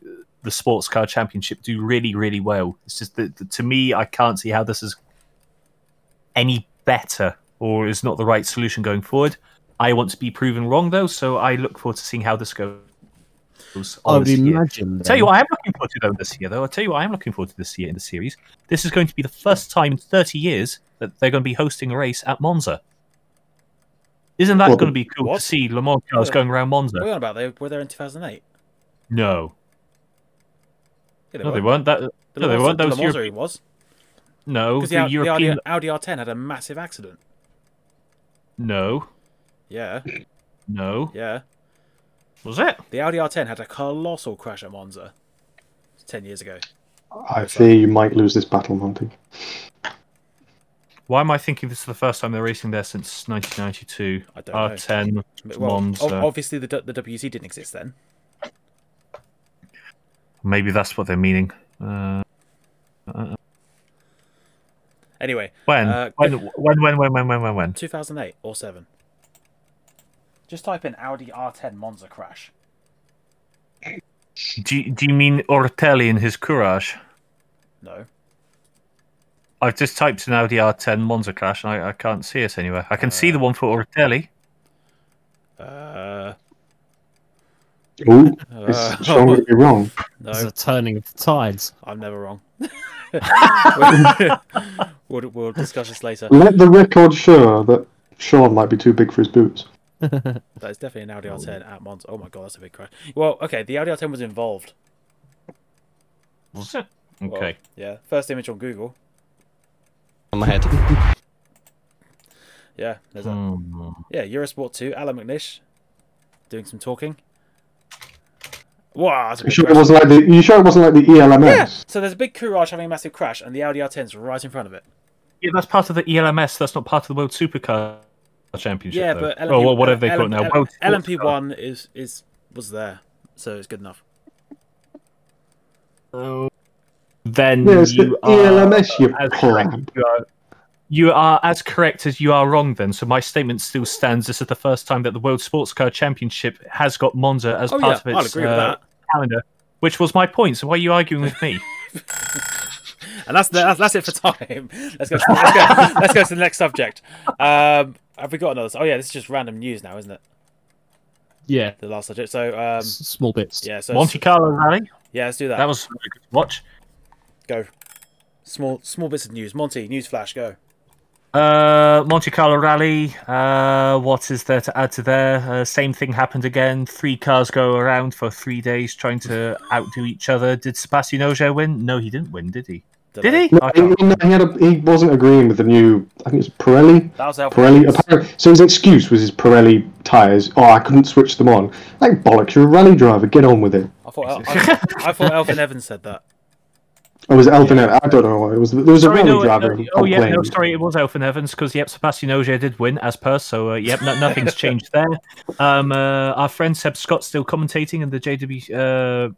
Speaker 4: the sports car championship do really, really well. It's just that that to me, I can't see how this is any better or is not the right solution going forward. I want to be proven wrong though, so I look forward to seeing how this goes.
Speaker 3: I
Speaker 4: on
Speaker 3: would
Speaker 4: this year.
Speaker 3: imagine.
Speaker 4: I'll tell you
Speaker 3: then-
Speaker 4: what I am looking forward to though this year though. I'll tell you what I am looking forward to this year in the series. This is going to be the first time in thirty years that they're going to be hosting a race at Monza. Isn't that
Speaker 2: Well,
Speaker 4: going to be cool
Speaker 1: what?
Speaker 4: to see Le Mans cars
Speaker 1: Yeah.
Speaker 4: going around Monza?
Speaker 1: What are you on about? They were there in 2008.
Speaker 4: No,
Speaker 1: Yeah,
Speaker 4: no, they weren't. That
Speaker 1: The
Speaker 4: no, they
Speaker 1: Le Mans-
Speaker 4: weren't. That was
Speaker 1: the Le Mans
Speaker 4: Europe.
Speaker 1: Ring was.
Speaker 4: No,
Speaker 1: Because
Speaker 4: the
Speaker 1: the, Au- the
Speaker 4: European.
Speaker 1: Audi, Audi R10 had a massive accident.
Speaker 4: No,
Speaker 1: Yeah,
Speaker 4: no,
Speaker 1: yeah.
Speaker 4: was it?
Speaker 1: The Audi R10 had a colossal crash at Monza 10 years ago.
Speaker 2: I fear you might lose this battle, Monty.
Speaker 4: Why am I thinking this is the first time they're racing there since 1992?
Speaker 1: I don't know.
Speaker 4: R10
Speaker 1: Well, ob-
Speaker 4: Monza.
Speaker 1: obviously, the, the WC didn't exist then.
Speaker 4: Maybe that's what they're meaning. Uh,
Speaker 1: Anyway,
Speaker 4: when?
Speaker 1: Uh,
Speaker 4: when? When? When? When? When? When? When? When?
Speaker 1: 2008 or 7. Just type in Audi R10 Monza crash.
Speaker 4: Do you, do you mean Ortelli and his courage?
Speaker 1: No.
Speaker 4: I've just typed in Audi R10 Monza crash and I, I can't see it anywhere. I can see the one for Ortelli.
Speaker 1: Uh,
Speaker 2: Ooh,
Speaker 1: Uh,
Speaker 2: it's strong to be wrong.
Speaker 3: There's
Speaker 1: no,
Speaker 3: a turning of the tides.
Speaker 1: I'm never wrong. we'll, we'll, we'll discuss this later.
Speaker 2: Let the record show that Sean might be too big for his boots.
Speaker 1: That is definitely an Audi R10 at Monza. Oh my god, that's a big crash. Well, okay, the Audi R10 was involved.
Speaker 4: Was it?
Speaker 1: Well,
Speaker 4: Okay.
Speaker 1: yeah, first image on Google.
Speaker 5: on my head.
Speaker 1: Yeah, there's that.
Speaker 4: Hmm.
Speaker 1: Yeah, Eurosport 2, Alan McNish doing some talking. Wow, that's a
Speaker 2: You
Speaker 1: big
Speaker 2: sure it
Speaker 1: crash.
Speaker 2: wasn't like the? You sure it wasn't like the E
Speaker 1: Yeah,
Speaker 2: ELMS?
Speaker 1: so there's a big Courage having a massive crash, and the Audi R10's right in front of it.
Speaker 4: Yeah, that's part of the E ELMS. That's not part of the World Supercar Championship.
Speaker 1: Yeah,
Speaker 4: though.
Speaker 1: but
Speaker 4: oh, well, whatever they call it now. World Supercar.
Speaker 1: LMP1 is is was there, so it's good enough.
Speaker 4: Then
Speaker 2: Yeah, it's
Speaker 4: you
Speaker 2: the E
Speaker 4: are
Speaker 2: ELMS, you
Speaker 4: as correct.
Speaker 2: pleb.
Speaker 4: You are, you are as correct as you are wrong. Then, so my statement still stands. This is the first time that the World Sports Car Championship has got Monza as
Speaker 1: Oh
Speaker 4: part
Speaker 1: yeah,
Speaker 4: of
Speaker 1: I'll
Speaker 4: its
Speaker 1: agree with
Speaker 4: uh,
Speaker 1: that.
Speaker 4: calendar, which was my point. So why are you arguing with me?
Speaker 1: And that's the, that's, that's it for time. Let's go. To, let's, go let's go to the next subject. Um, have we got another? Oh yeah, this is just random news now, isn't it?
Speaker 3: Yeah,
Speaker 1: The last subject. So um,
Speaker 3: s- small bits.
Speaker 1: yeah, so
Speaker 4: Monte Carlo Rally.
Speaker 1: yeah, let's do that.
Speaker 4: That was a good watch.
Speaker 1: Go. Small small bits of news. Monty, news flash. Go.
Speaker 4: Uh, Monte Carlo Rally. Uh, what is there to add to there? Uh, same thing happened again. Three cars go around for three days trying to outdo each other. Did Sebastian Ogier win? No, he didn't win, did he? Did he?
Speaker 2: No,
Speaker 4: I
Speaker 2: he,
Speaker 4: can't-
Speaker 2: he had a, he wasn't agreeing with the new. I think it's Pirelli.
Speaker 1: That was helpful.
Speaker 2: Pirelli. Apparently, so his excuse was his Pirelli tires. Oh, I couldn't switch them on. Like bollocks! You're a rally driver. Get on with it.
Speaker 1: I thought I, I thought Elvin Evans said that.
Speaker 2: Or was it Elfin? I don't know. It was there was
Speaker 4: Sorry,
Speaker 2: a rally
Speaker 4: no,
Speaker 2: driver.
Speaker 4: no,
Speaker 2: who
Speaker 4: oh yeah, no,
Speaker 2: complained.
Speaker 4: sorry, it was Elfin Evans because yep, Sebastian Ogier did win as per, so uh, yep, no, nothing's changed there. Um, uh, our friend Seb Scott still commentating in the JWRC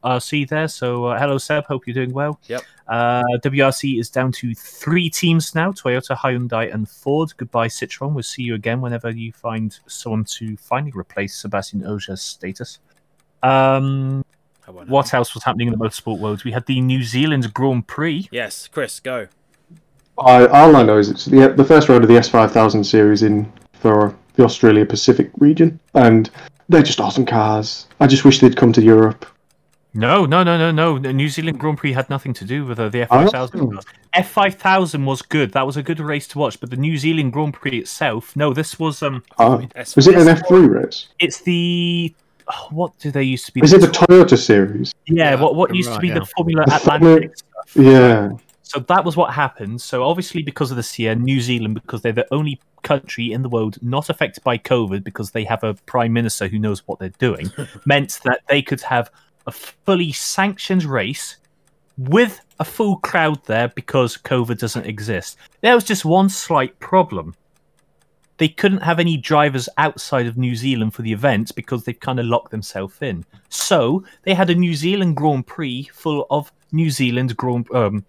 Speaker 4: uh, RC there, so uh, hello Seb, hope you're doing well.
Speaker 1: Yep.
Speaker 4: Uh, WRC is down to three teams now: Toyota, Hyundai, and Ford. Goodbye, Citroen. We'll see you again whenever you find someone to finally replace Sebastian Ogier's status. Um,
Speaker 1: I won't
Speaker 4: what else was happening in the motorsport world? We had the New Zealand Grand Prix.
Speaker 1: Yes, Chris, go.
Speaker 2: I, all I know is it's the, the first round of the S5000 series in for the Australia Pacific region, and they're just awesome cars. I just wish they'd come to Europe.
Speaker 4: No, no, no, no, no. The New Zealand Grand Prix had nothing to do with uh, the F5000.
Speaker 2: Oh.
Speaker 4: F5000 was good. That was a good race to watch, but the New Zealand Grand Prix itself, no, this was um
Speaker 2: Ah.
Speaker 1: S-
Speaker 2: Was it an
Speaker 1: S-
Speaker 2: F3 race?
Speaker 4: it's the oh, what do they used to be?
Speaker 2: Is it the Toyota series?
Speaker 4: yeah,
Speaker 3: Yeah,
Speaker 4: what what
Speaker 3: you're
Speaker 4: used to
Speaker 3: right,
Speaker 4: be
Speaker 3: yeah.
Speaker 4: the Formula
Speaker 2: The
Speaker 4: Atlantic stuff.
Speaker 2: Yeah.
Speaker 4: So that was what happened. So obviously because of the CN, New Zealand, because they're the only country in the world not affected by COVID because they have a prime minister who knows what they're doing, meant that they could have a fully sanctioned race with a full crowd there because COVID doesn't exist. There was just one slight problem. They couldn't have any drivers outside of New Zealand for the event because they've kind of locked themselves in. So they had a New Zealand Grand Prix full of New Zealand Grand, um,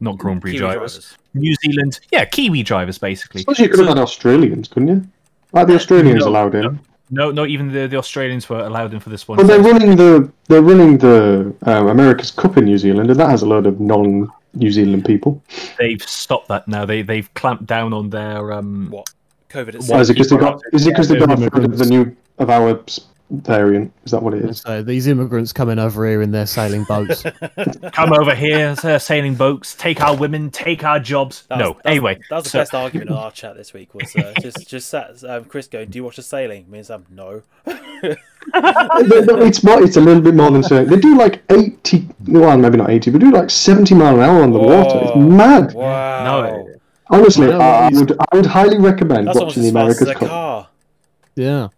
Speaker 4: not Grand Prix
Speaker 1: Kiwi
Speaker 4: drivers, New Zealand, yeah, Kiwi drivers basically.
Speaker 2: Suppose you could have had Australians, couldn't you? Like the Australians
Speaker 4: No,
Speaker 2: allowed in.
Speaker 4: No, not even the, the Australians were allowed in for this one.
Speaker 2: Well, they're running the they're running the um, America's Cup in New Zealand, and that has a load of non-New Zealand people.
Speaker 4: They've stopped that now. They they've clamped down on their um.
Speaker 1: What? COVID itself.
Speaker 2: Why is it because they got? Is it because they
Speaker 3: Yeah,
Speaker 2: got
Speaker 3: they're
Speaker 2: afraid of the new of our s- variant? Is that what it is?
Speaker 3: So these immigrants coming over here in their sailing boats.
Speaker 4: Come over here, uh, sailing boats. Take our women. Take our jobs.
Speaker 1: That
Speaker 4: no,
Speaker 1: was- that was-
Speaker 4: anyway.
Speaker 1: that was the
Speaker 4: so-
Speaker 1: best argument in our chat this week. Was uh, just just sat, um, Chris going, "Do you watch the sailing?" Me and Sam, no.
Speaker 2: But- but it's more. It's a little bit more than saying they do like eighty. Well, maybe not eighty, but do like seventy mile an hour on the water. It's
Speaker 1: Oh,
Speaker 2: mad.
Speaker 1: Wow.
Speaker 4: No.
Speaker 2: Honestly,
Speaker 3: I know,
Speaker 2: I, I
Speaker 3: it's-
Speaker 2: would I would highly recommend
Speaker 1: That's almost
Speaker 2: watching the
Speaker 1: as fast as
Speaker 2: America's
Speaker 1: a
Speaker 2: Cup.
Speaker 1: car.
Speaker 3: yeah,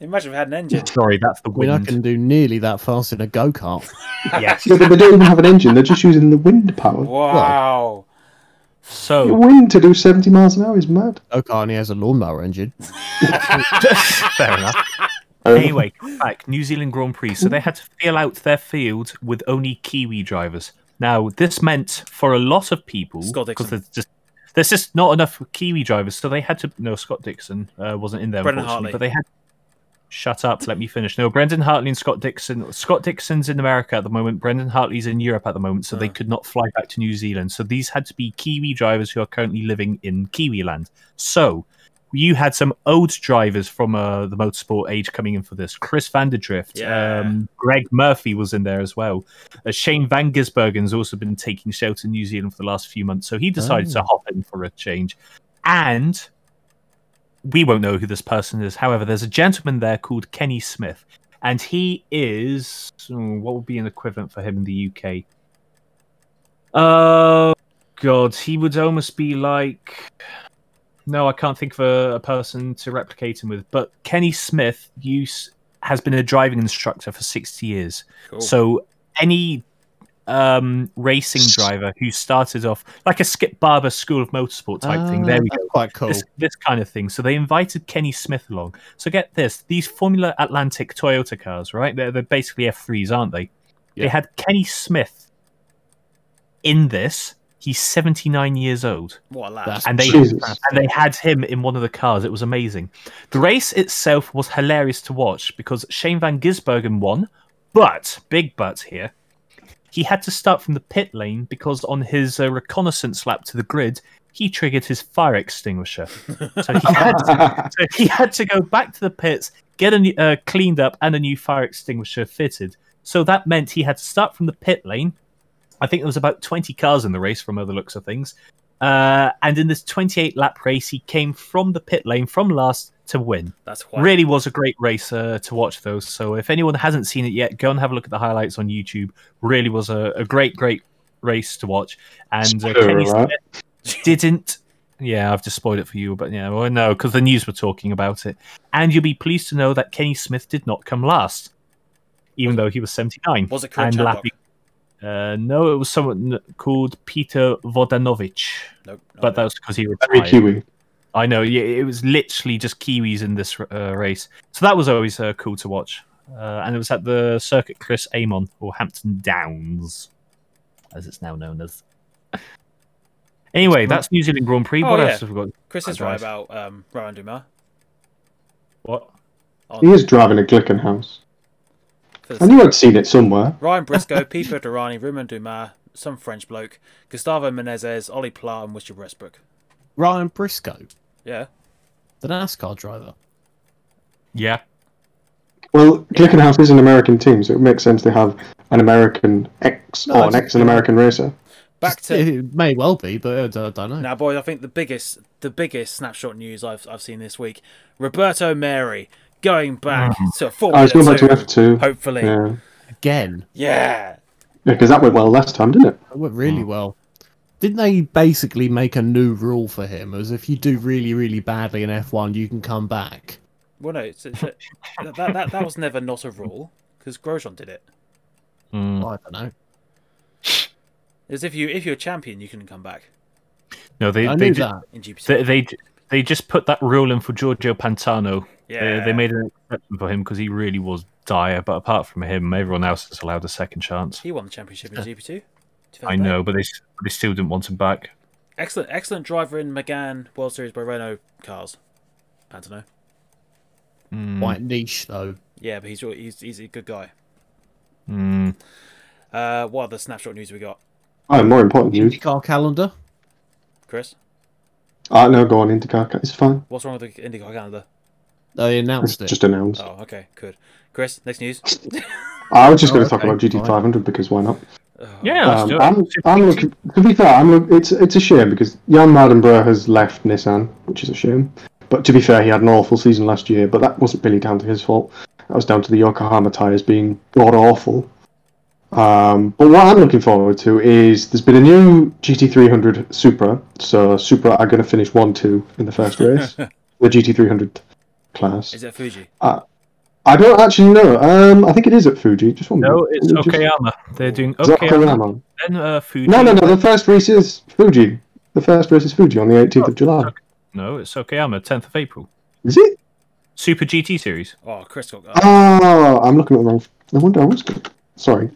Speaker 1: Imagine if it had an engine.
Speaker 4: Sorry, that's the
Speaker 3: I mean, I
Speaker 4: wind.
Speaker 3: can do nearly that fast in a go kart.
Speaker 4: yes.
Speaker 2: Yeah, but they don't even have an engine. They're just using the wind power.
Speaker 1: Wow.
Speaker 2: The
Speaker 4: So
Speaker 2: wind to do seventy miles an hour is mad.
Speaker 3: Go kart and he has a lawnmower engine.
Speaker 4: fair enough.
Speaker 2: Um,
Speaker 4: Anyway, back New Zealand Grand Prix. So they had to fill out their field with only Kiwi drivers. Now this meant for a lot of people
Speaker 1: Scott Dixon.
Speaker 4: there's just there's just not enough Kiwi drivers, so they had to. No, Scott Dixon uh, wasn't in there,
Speaker 1: Brendan
Speaker 4: unfortunately,
Speaker 1: Hartley.
Speaker 4: but they had. Shut up! Let me finish. No, Brendan Hartley and Scott Dixon. Scott Dixon's in America at the moment. Brendan Hartley's in Europe at the moment, so
Speaker 1: Ah.
Speaker 4: they could not fly back to New Zealand. So these had to be Kiwi drivers who are currently living in Kiwi land. So you had some old drivers from uh, the motorsport age coming in for this. Chris Vanderdrift,
Speaker 1: Yeah.
Speaker 4: um, Greg Murphy was in there as well. Uh, Shane Van Gisbergen's also been taking shelter in New Zealand for the last few months, so he decided to hop in for a change. And we won't know who this person is. However, there's a gentleman there called Kenny Smith, and he is hmm, what would be an equivalent for him in the UK. Oh God, he would almost be like no, I can't think of a, a person to replicate him with. But Kenny Smith use has been a driving instructor for sixty years.
Speaker 1: Cool.
Speaker 4: So any um, racing driver who started off like a Skip Barber School of Motorsport type thing, there
Speaker 3: Ah,
Speaker 4: we go
Speaker 3: that's Quite cool.
Speaker 4: this, this kind of thing. So they invited Kenny Smith along. So get this: these Formula Atlantic Toyota cars, right? They're, they're basically F3s, aren't they? They
Speaker 3: Yeah.
Speaker 4: had Kenny Smith in this. He's 79 years old,
Speaker 1: what a lad.
Speaker 3: That's-
Speaker 4: and they
Speaker 2: Jesus.
Speaker 4: and they had him in one of the cars. It was amazing. The race itself was hilarious to watch because Shane van Gisbergen won, but big but here. He had to start from the pit lane because on his uh, reconnaissance lap to the grid, he triggered his fire extinguisher. So he had to, so he had to go back to the pits, get a new, uh, cleaned up, and a new fire extinguisher fitted. So that meant he had to start from the pit lane. I think there was about 20 cars in the race from other looks of things. Uh, and in this 28 lap race, he came from the pit lane from last to win.
Speaker 1: That's quite.
Speaker 4: Really was a great race uh, to watch, though. So if anyone hasn't seen it yet, go and have a look at the highlights on YouTube. Really was a, a great, great race to watch. And uh,
Speaker 2: Spoiler
Speaker 4: Kenny
Speaker 2: alert.
Speaker 4: Smith didn't. Yeah, I've just spoiled it for you, but yeah, well, no, because the news were talking about it. And you'll be pleased to know that Kenny Smith did not come last, even though he was 79.
Speaker 1: Was it Kurt
Speaker 4: and
Speaker 1: Chandler?
Speaker 4: lapping- uh, no, it was someone called Peter Vodanovic,
Speaker 1: Nope. no,
Speaker 4: but
Speaker 1: no.
Speaker 4: that was because he
Speaker 2: Very
Speaker 4: retired.
Speaker 2: Kiwi.
Speaker 4: I know. Yeah, it was literally just Kiwis in this uh, race, so that was always uh, cool to watch. Uh, and it was at the circuit Chris Amon or Hampton Downs, as it's now known as. Anyway, that's New Zealand Grand Prix.
Speaker 1: Oh,
Speaker 4: what
Speaker 1: yeah.
Speaker 4: else have we got?
Speaker 1: Chris is
Speaker 4: that
Speaker 1: right
Speaker 4: drive.
Speaker 1: about um, Rowan Dumas.
Speaker 4: What?
Speaker 1: On,
Speaker 2: He is driving a Glickenhaus.
Speaker 1: for the-
Speaker 2: I knew I'd seen it somewhere.
Speaker 1: Ryan Briscoe, Pipo Durrani, Ruman Dumas, some French bloke, Gustavo Menezes, Ollie Pla, and Richard Westbrook.
Speaker 3: Ryan Briscoe,
Speaker 1: Yeah.
Speaker 3: the NASCAR driver.
Speaker 4: Yeah,
Speaker 2: Well, Glickenhaus is an American team, so it makes sense they have an American ex
Speaker 3: No,
Speaker 2: or
Speaker 3: it's-
Speaker 2: an ex an American racer.
Speaker 1: Back to
Speaker 3: It may well be, but uh, I don't know.
Speaker 1: Now, boys, I think the biggest the biggest snapshot news I've I've seen this week: Roberto Mary going back
Speaker 4: Mm.
Speaker 1: to
Speaker 2: I
Speaker 1: Formula
Speaker 2: was going Oh, back to
Speaker 1: Two,
Speaker 2: F two.
Speaker 1: hopefully. Yeah.
Speaker 2: Yeah,
Speaker 3: Again,
Speaker 2: because that went well last time, didn't it?
Speaker 3: it went really
Speaker 4: Hmm.
Speaker 3: well. Didn't they basically make a new rule for him, as if you do really, really badly in F1, you can come back?
Speaker 1: Well, no, it's, it's, that, that that that was never not a rule because Grosjean did it.
Speaker 4: Mm.
Speaker 3: I don't know.
Speaker 1: As if you if you're a champion, you couldn't come back
Speaker 4: No, they
Speaker 3: I
Speaker 4: they,
Speaker 3: knew
Speaker 4: ju-
Speaker 3: that.
Speaker 1: in GP.
Speaker 4: they they they just put that rule in for Giorgio Pantano.
Speaker 1: yeah,
Speaker 4: They, they made an exception for him because he really was dire. But apart from him, everyone else is allowed a second chance.
Speaker 1: he won the championship in GP two.
Speaker 4: I know, but they s- they still didn't want him back.
Speaker 1: Excellent, excellent driver in McGann World Series by Renault cars. Pantano.
Speaker 4: Mm,
Speaker 3: Quite niche, though.
Speaker 1: Yeah, but he's re- he's he's a good guy.
Speaker 4: mm.
Speaker 1: Uh, what other snapshot news we got,
Speaker 2: Oh, more important news.
Speaker 3: IndyCar calendar.
Speaker 1: Chris?
Speaker 2: Ah, no, go on, IndyCar. It's fine.
Speaker 1: What's wrong with the IndyCar calendar?
Speaker 3: They
Speaker 2: It's
Speaker 3: announced it.
Speaker 2: just announced.
Speaker 1: Oh, okay, good. Chris, next news.
Speaker 2: I was just
Speaker 3: Oh,
Speaker 2: going to talk
Speaker 3: okay,
Speaker 2: about GT
Speaker 3: fine.
Speaker 2: five hundred because why not?
Speaker 1: Oh,
Speaker 4: Yeah, let's
Speaker 2: Um,
Speaker 4: do it.
Speaker 2: I'm, I'm looking. To be fair, I'm look, it's it's a shame because Jan Mardenborough has left Nissan, which is a shame. But to be fair, he had an awful season last year, but that wasn't really down to his fault. That was down to the Yokohama tyres being god awful. Um, but what I'm looking forward to is there's been a new GT300 Supra. So Supra are going to finish one two in the first race, the GT300 class.
Speaker 1: Is it Fuji?
Speaker 2: I don't actually know. Um, I think it is at Fuji. Just one.
Speaker 4: No,
Speaker 2: minute.
Speaker 4: it's
Speaker 2: Just-
Speaker 4: Okayama. They're doing
Speaker 2: Is that
Speaker 4: Okayama.
Speaker 2: Okayama?
Speaker 4: Then uh, Fuji.
Speaker 2: No, no, no. The first race is Fuji. The first race is Fuji on the 18th
Speaker 4: Oh,
Speaker 2: of July.
Speaker 4: No, it's Okayama. Tenth of April.
Speaker 2: Is it?
Speaker 4: Super GT series.
Speaker 1: Oh, Chris got. Oh,
Speaker 2: Oh, I'm looking at the wrong. No wonder I was. good. Sorry,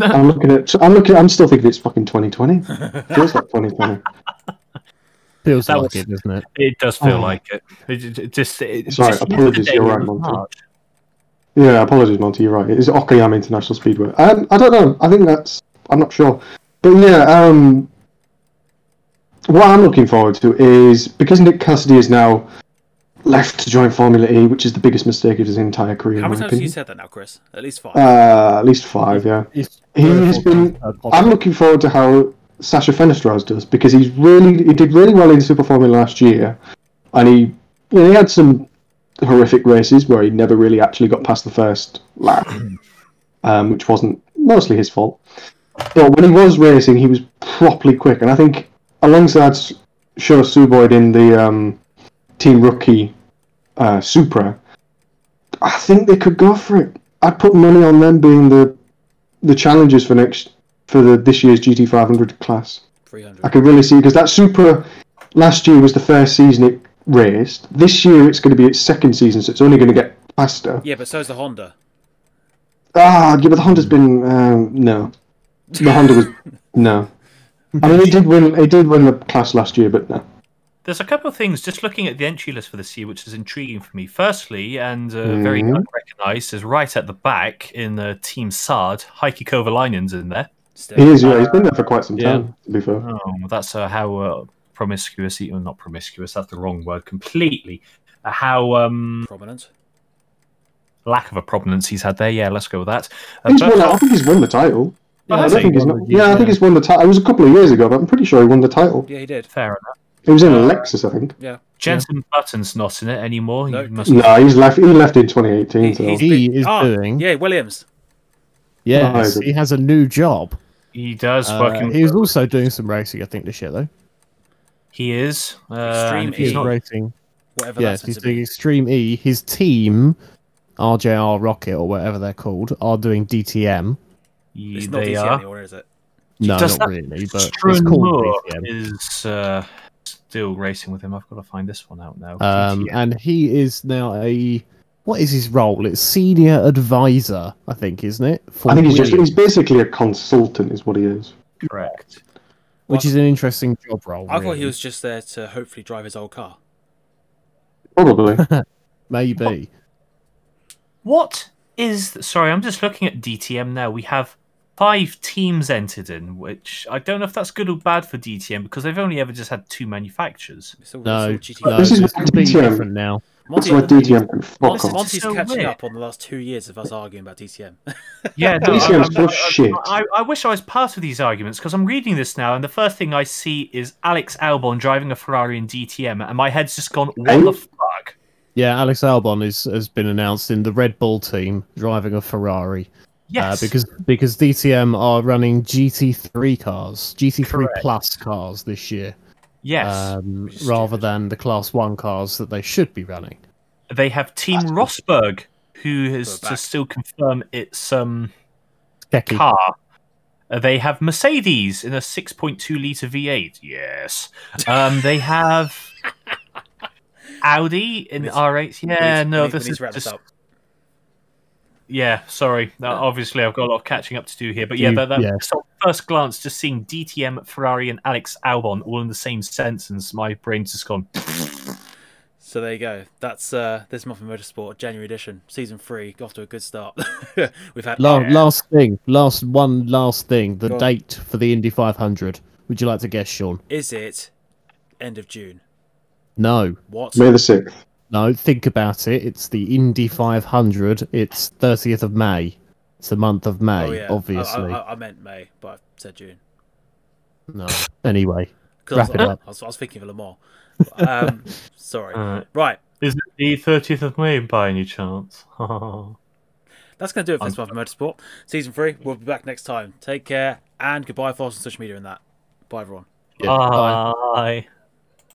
Speaker 2: I'm looking at. I'm looking. I'm still thinking it's fucking 2020. Feels like 2020.
Speaker 3: Feels
Speaker 4: That
Speaker 3: like
Speaker 4: was-
Speaker 3: it, doesn't it?
Speaker 4: It does feel
Speaker 2: Oh.
Speaker 4: like it. It, it- it just. It,
Speaker 2: Sorry,
Speaker 4: just
Speaker 2: apologies,
Speaker 4: yesterday
Speaker 2: you're right,
Speaker 4: was
Speaker 2: Monty.
Speaker 4: March.
Speaker 2: Yeah, apologies, Monty. You're right. It is Okayama International Speedway. Um, I don't know. I think that's. I'm not sure. But yeah, um, what I'm looking forward to is because Nick Cassidy is now left to join Formula E, which is the biggest mistake of his entire career.
Speaker 1: How
Speaker 2: in
Speaker 1: many
Speaker 2: my
Speaker 1: times have you
Speaker 2: opinion.
Speaker 1: said that now, Chris? At least five.
Speaker 2: Uh, at least five, yeah. He has been- I'm looking forward to how Sasha Fenestraz does because he's really he did really well in Super Formula last year, and he you know, he had some horrific races where he never really actually got past the first lap, um, which wasn't mostly his fault. But when he was racing, he was properly quick, and I think alongside S- Sho Suboid in the um, Team Rookie uh, Supra, I think they could go for it. I'd put money on them being the the challenges for next for the this year's GT500 class.
Speaker 1: Three hundred.
Speaker 2: I could really see because that Supra last year was the first season it raced. This year it's going to be its second season, so it's only going to get faster.
Speaker 1: Yeah, but so's the Honda.
Speaker 2: Ah, yeah, but the Honda's been um, no. The Honda was no. I mean, it did win. It did win the class last year, but no.
Speaker 4: There's a couple of things just looking at the entry list for this year, which is intriguing for me. Firstly, and uh, very
Speaker 2: Mhm.
Speaker 4: unrecognised, is right at the back in uh, Team Sard. Heikki Kovalainen's in there.
Speaker 1: Still.
Speaker 2: He is. Yeah, he's been there for quite some
Speaker 3: Yeah.
Speaker 2: time. To be fair,
Speaker 4: Oh, that's uh, how uh, promiscuous, he- oh, not promiscuous, that's the wrong word completely. Uh, How um,
Speaker 1: Prominent.
Speaker 4: lack of a prominence he's had there. Yeah, let's go with that. Uh,
Speaker 2: he's
Speaker 4: but-
Speaker 2: won. I think he's won the title.
Speaker 4: Yeah,
Speaker 2: I
Speaker 4: that's
Speaker 2: don't think he's
Speaker 3: won
Speaker 2: not.
Speaker 3: the
Speaker 2: Yeah, I think
Speaker 3: GT.
Speaker 2: he's won the title. It was a couple of years ago, but I'm pretty sure he won the title.
Speaker 1: Yeah, he did.
Speaker 4: fair
Speaker 2: It was in a Lexus, I think.
Speaker 4: Jensen Button's not in it anymore.
Speaker 1: No.
Speaker 4: You must
Speaker 2: No, he's left. He left in 2018. So.
Speaker 1: He- he's
Speaker 3: He
Speaker 1: been-
Speaker 3: is
Speaker 1: Ah,
Speaker 3: doing-
Speaker 1: Yeah, Williams.
Speaker 3: Yes,
Speaker 2: Right.
Speaker 3: he has a new job.
Speaker 4: He does
Speaker 3: Uh,
Speaker 4: working.
Speaker 3: he was also doing some racing, I think, this year though.
Speaker 4: He is. Uh, and if
Speaker 1: Extreme
Speaker 4: he's
Speaker 1: E.
Speaker 3: He's
Speaker 4: not.
Speaker 3: racing.
Speaker 1: Whatever
Speaker 3: Yes,
Speaker 1: that's meant
Speaker 3: he's
Speaker 1: to
Speaker 3: doing
Speaker 1: be.
Speaker 3: Extreme E. His team, RJR Rocket or whatever they're called, are doing DTM.
Speaker 4: he-
Speaker 1: It's not
Speaker 4: they
Speaker 1: easy
Speaker 4: are.
Speaker 1: anymore, is it?
Speaker 3: No,
Speaker 4: Does
Speaker 3: not
Speaker 4: that-
Speaker 3: really, but it's
Speaker 4: Struan
Speaker 3: called DTM.
Speaker 4: is uh, still racing with him. I've got to find this one out now.
Speaker 3: Um,
Speaker 4: DTM.
Speaker 3: and he is now a what is his role? It's senior advisor, I think, isn't it? For
Speaker 2: I think he's just—he's
Speaker 3: Williams,
Speaker 2: basically a consultant, is what he is.
Speaker 4: correct.
Speaker 3: which is an interesting job role.
Speaker 1: I thought
Speaker 3: really.
Speaker 1: he was just there to hopefully drive his old car.
Speaker 2: Probably.
Speaker 3: maybe.
Speaker 4: What is? Sorry, I'm just looking at DTM now. We have five teams entered in, which I don't know if that's good or bad for DTM because they've only ever just had two manufacturers.
Speaker 1: It's all,
Speaker 3: No,
Speaker 1: it's all GT.
Speaker 3: no,
Speaker 2: This is
Speaker 3: it's
Speaker 2: what
Speaker 3: completely
Speaker 2: DTM.
Speaker 3: different now.
Speaker 2: That's
Speaker 1: Monty,
Speaker 2: why DTM can fuck
Speaker 1: Monty-
Speaker 2: off.
Speaker 1: Monty's
Speaker 4: So
Speaker 1: catching
Speaker 4: weird.
Speaker 1: up on the last two years of us arguing about DTM.
Speaker 4: Yeah, no,
Speaker 2: These
Speaker 4: I-
Speaker 2: games
Speaker 4: I-
Speaker 2: full of shit.
Speaker 4: I, I wish I was part of these arguments because I'm reading this now, and the first thing I see is Alex Albon driving a Ferrari in DTM, and my head's just gone, "What the
Speaker 2: Hey. Uh,
Speaker 4: fuck?"
Speaker 3: Yeah, Alex Albon is, has been announced in the Red Bull team driving a Ferrari
Speaker 4: Yes,
Speaker 3: uh, because because DTM are running GT3 cars, GT3
Speaker 4: Correct.
Speaker 3: plus cars this year,
Speaker 4: yes,
Speaker 2: uh,
Speaker 3: um,
Speaker 1: Which is
Speaker 3: rather
Speaker 1: stupid.
Speaker 3: than the Class One cars that they should be running.
Speaker 4: they have Team Rosberg, who has
Speaker 1: We're
Speaker 4: to
Speaker 1: back.
Speaker 4: still confirm its um,
Speaker 3: Checky.
Speaker 4: car. Uh, They have Mercedes in a 6.2 liter V8. Yes. Um, they have Audi in
Speaker 1: We need-
Speaker 4: R8.
Speaker 1: We
Speaker 4: Yeah,
Speaker 1: need-
Speaker 4: no,
Speaker 1: we need, we
Speaker 4: this
Speaker 1: need
Speaker 4: is
Speaker 1: to wrap
Speaker 4: just
Speaker 1: this up.
Speaker 4: Yeah, sorry. Now, obviously, I've got a lot of catching up to do here, but yeah,
Speaker 3: You-
Speaker 4: that, that
Speaker 3: yeah.
Speaker 4: so first glance, just seeing DTM, Ferrari, and Alex Albon all in the same sentence, my brain's just gone.
Speaker 1: So there you go. That's uh, this month in motorsport, January edition, season three. Got off to a good start. We've had
Speaker 3: La- Last thing, last one, last thing. The
Speaker 1: Go on.
Speaker 3: date for the Indy 500. Would you like to guess, Sean?
Speaker 1: is it end of June?
Speaker 3: No,
Speaker 1: What?
Speaker 2: May the 6th.
Speaker 3: no. Think about it. It's the Indy 500. It's 30th of May. It's the month of May,
Speaker 1: oh yeah, I-
Speaker 3: obviously.
Speaker 1: I, I, I meant May, but I said June.
Speaker 3: No. Anyway,
Speaker 1: 'Cause I was,
Speaker 3: Wrap it up.
Speaker 1: I was, I was thinking of Le Mans. Um, sorry.
Speaker 4: Alright.
Speaker 1: Right,
Speaker 4: Is Uh, it the 30th of May by any chance?
Speaker 1: that's going to do it for this month in motorsport, season three. We'll be back
Speaker 4: Uh,
Speaker 1: next time. Take care and goodbye, follow us on social media and that. Bye everyone.
Speaker 3: Yeah, bye.
Speaker 4: Bye.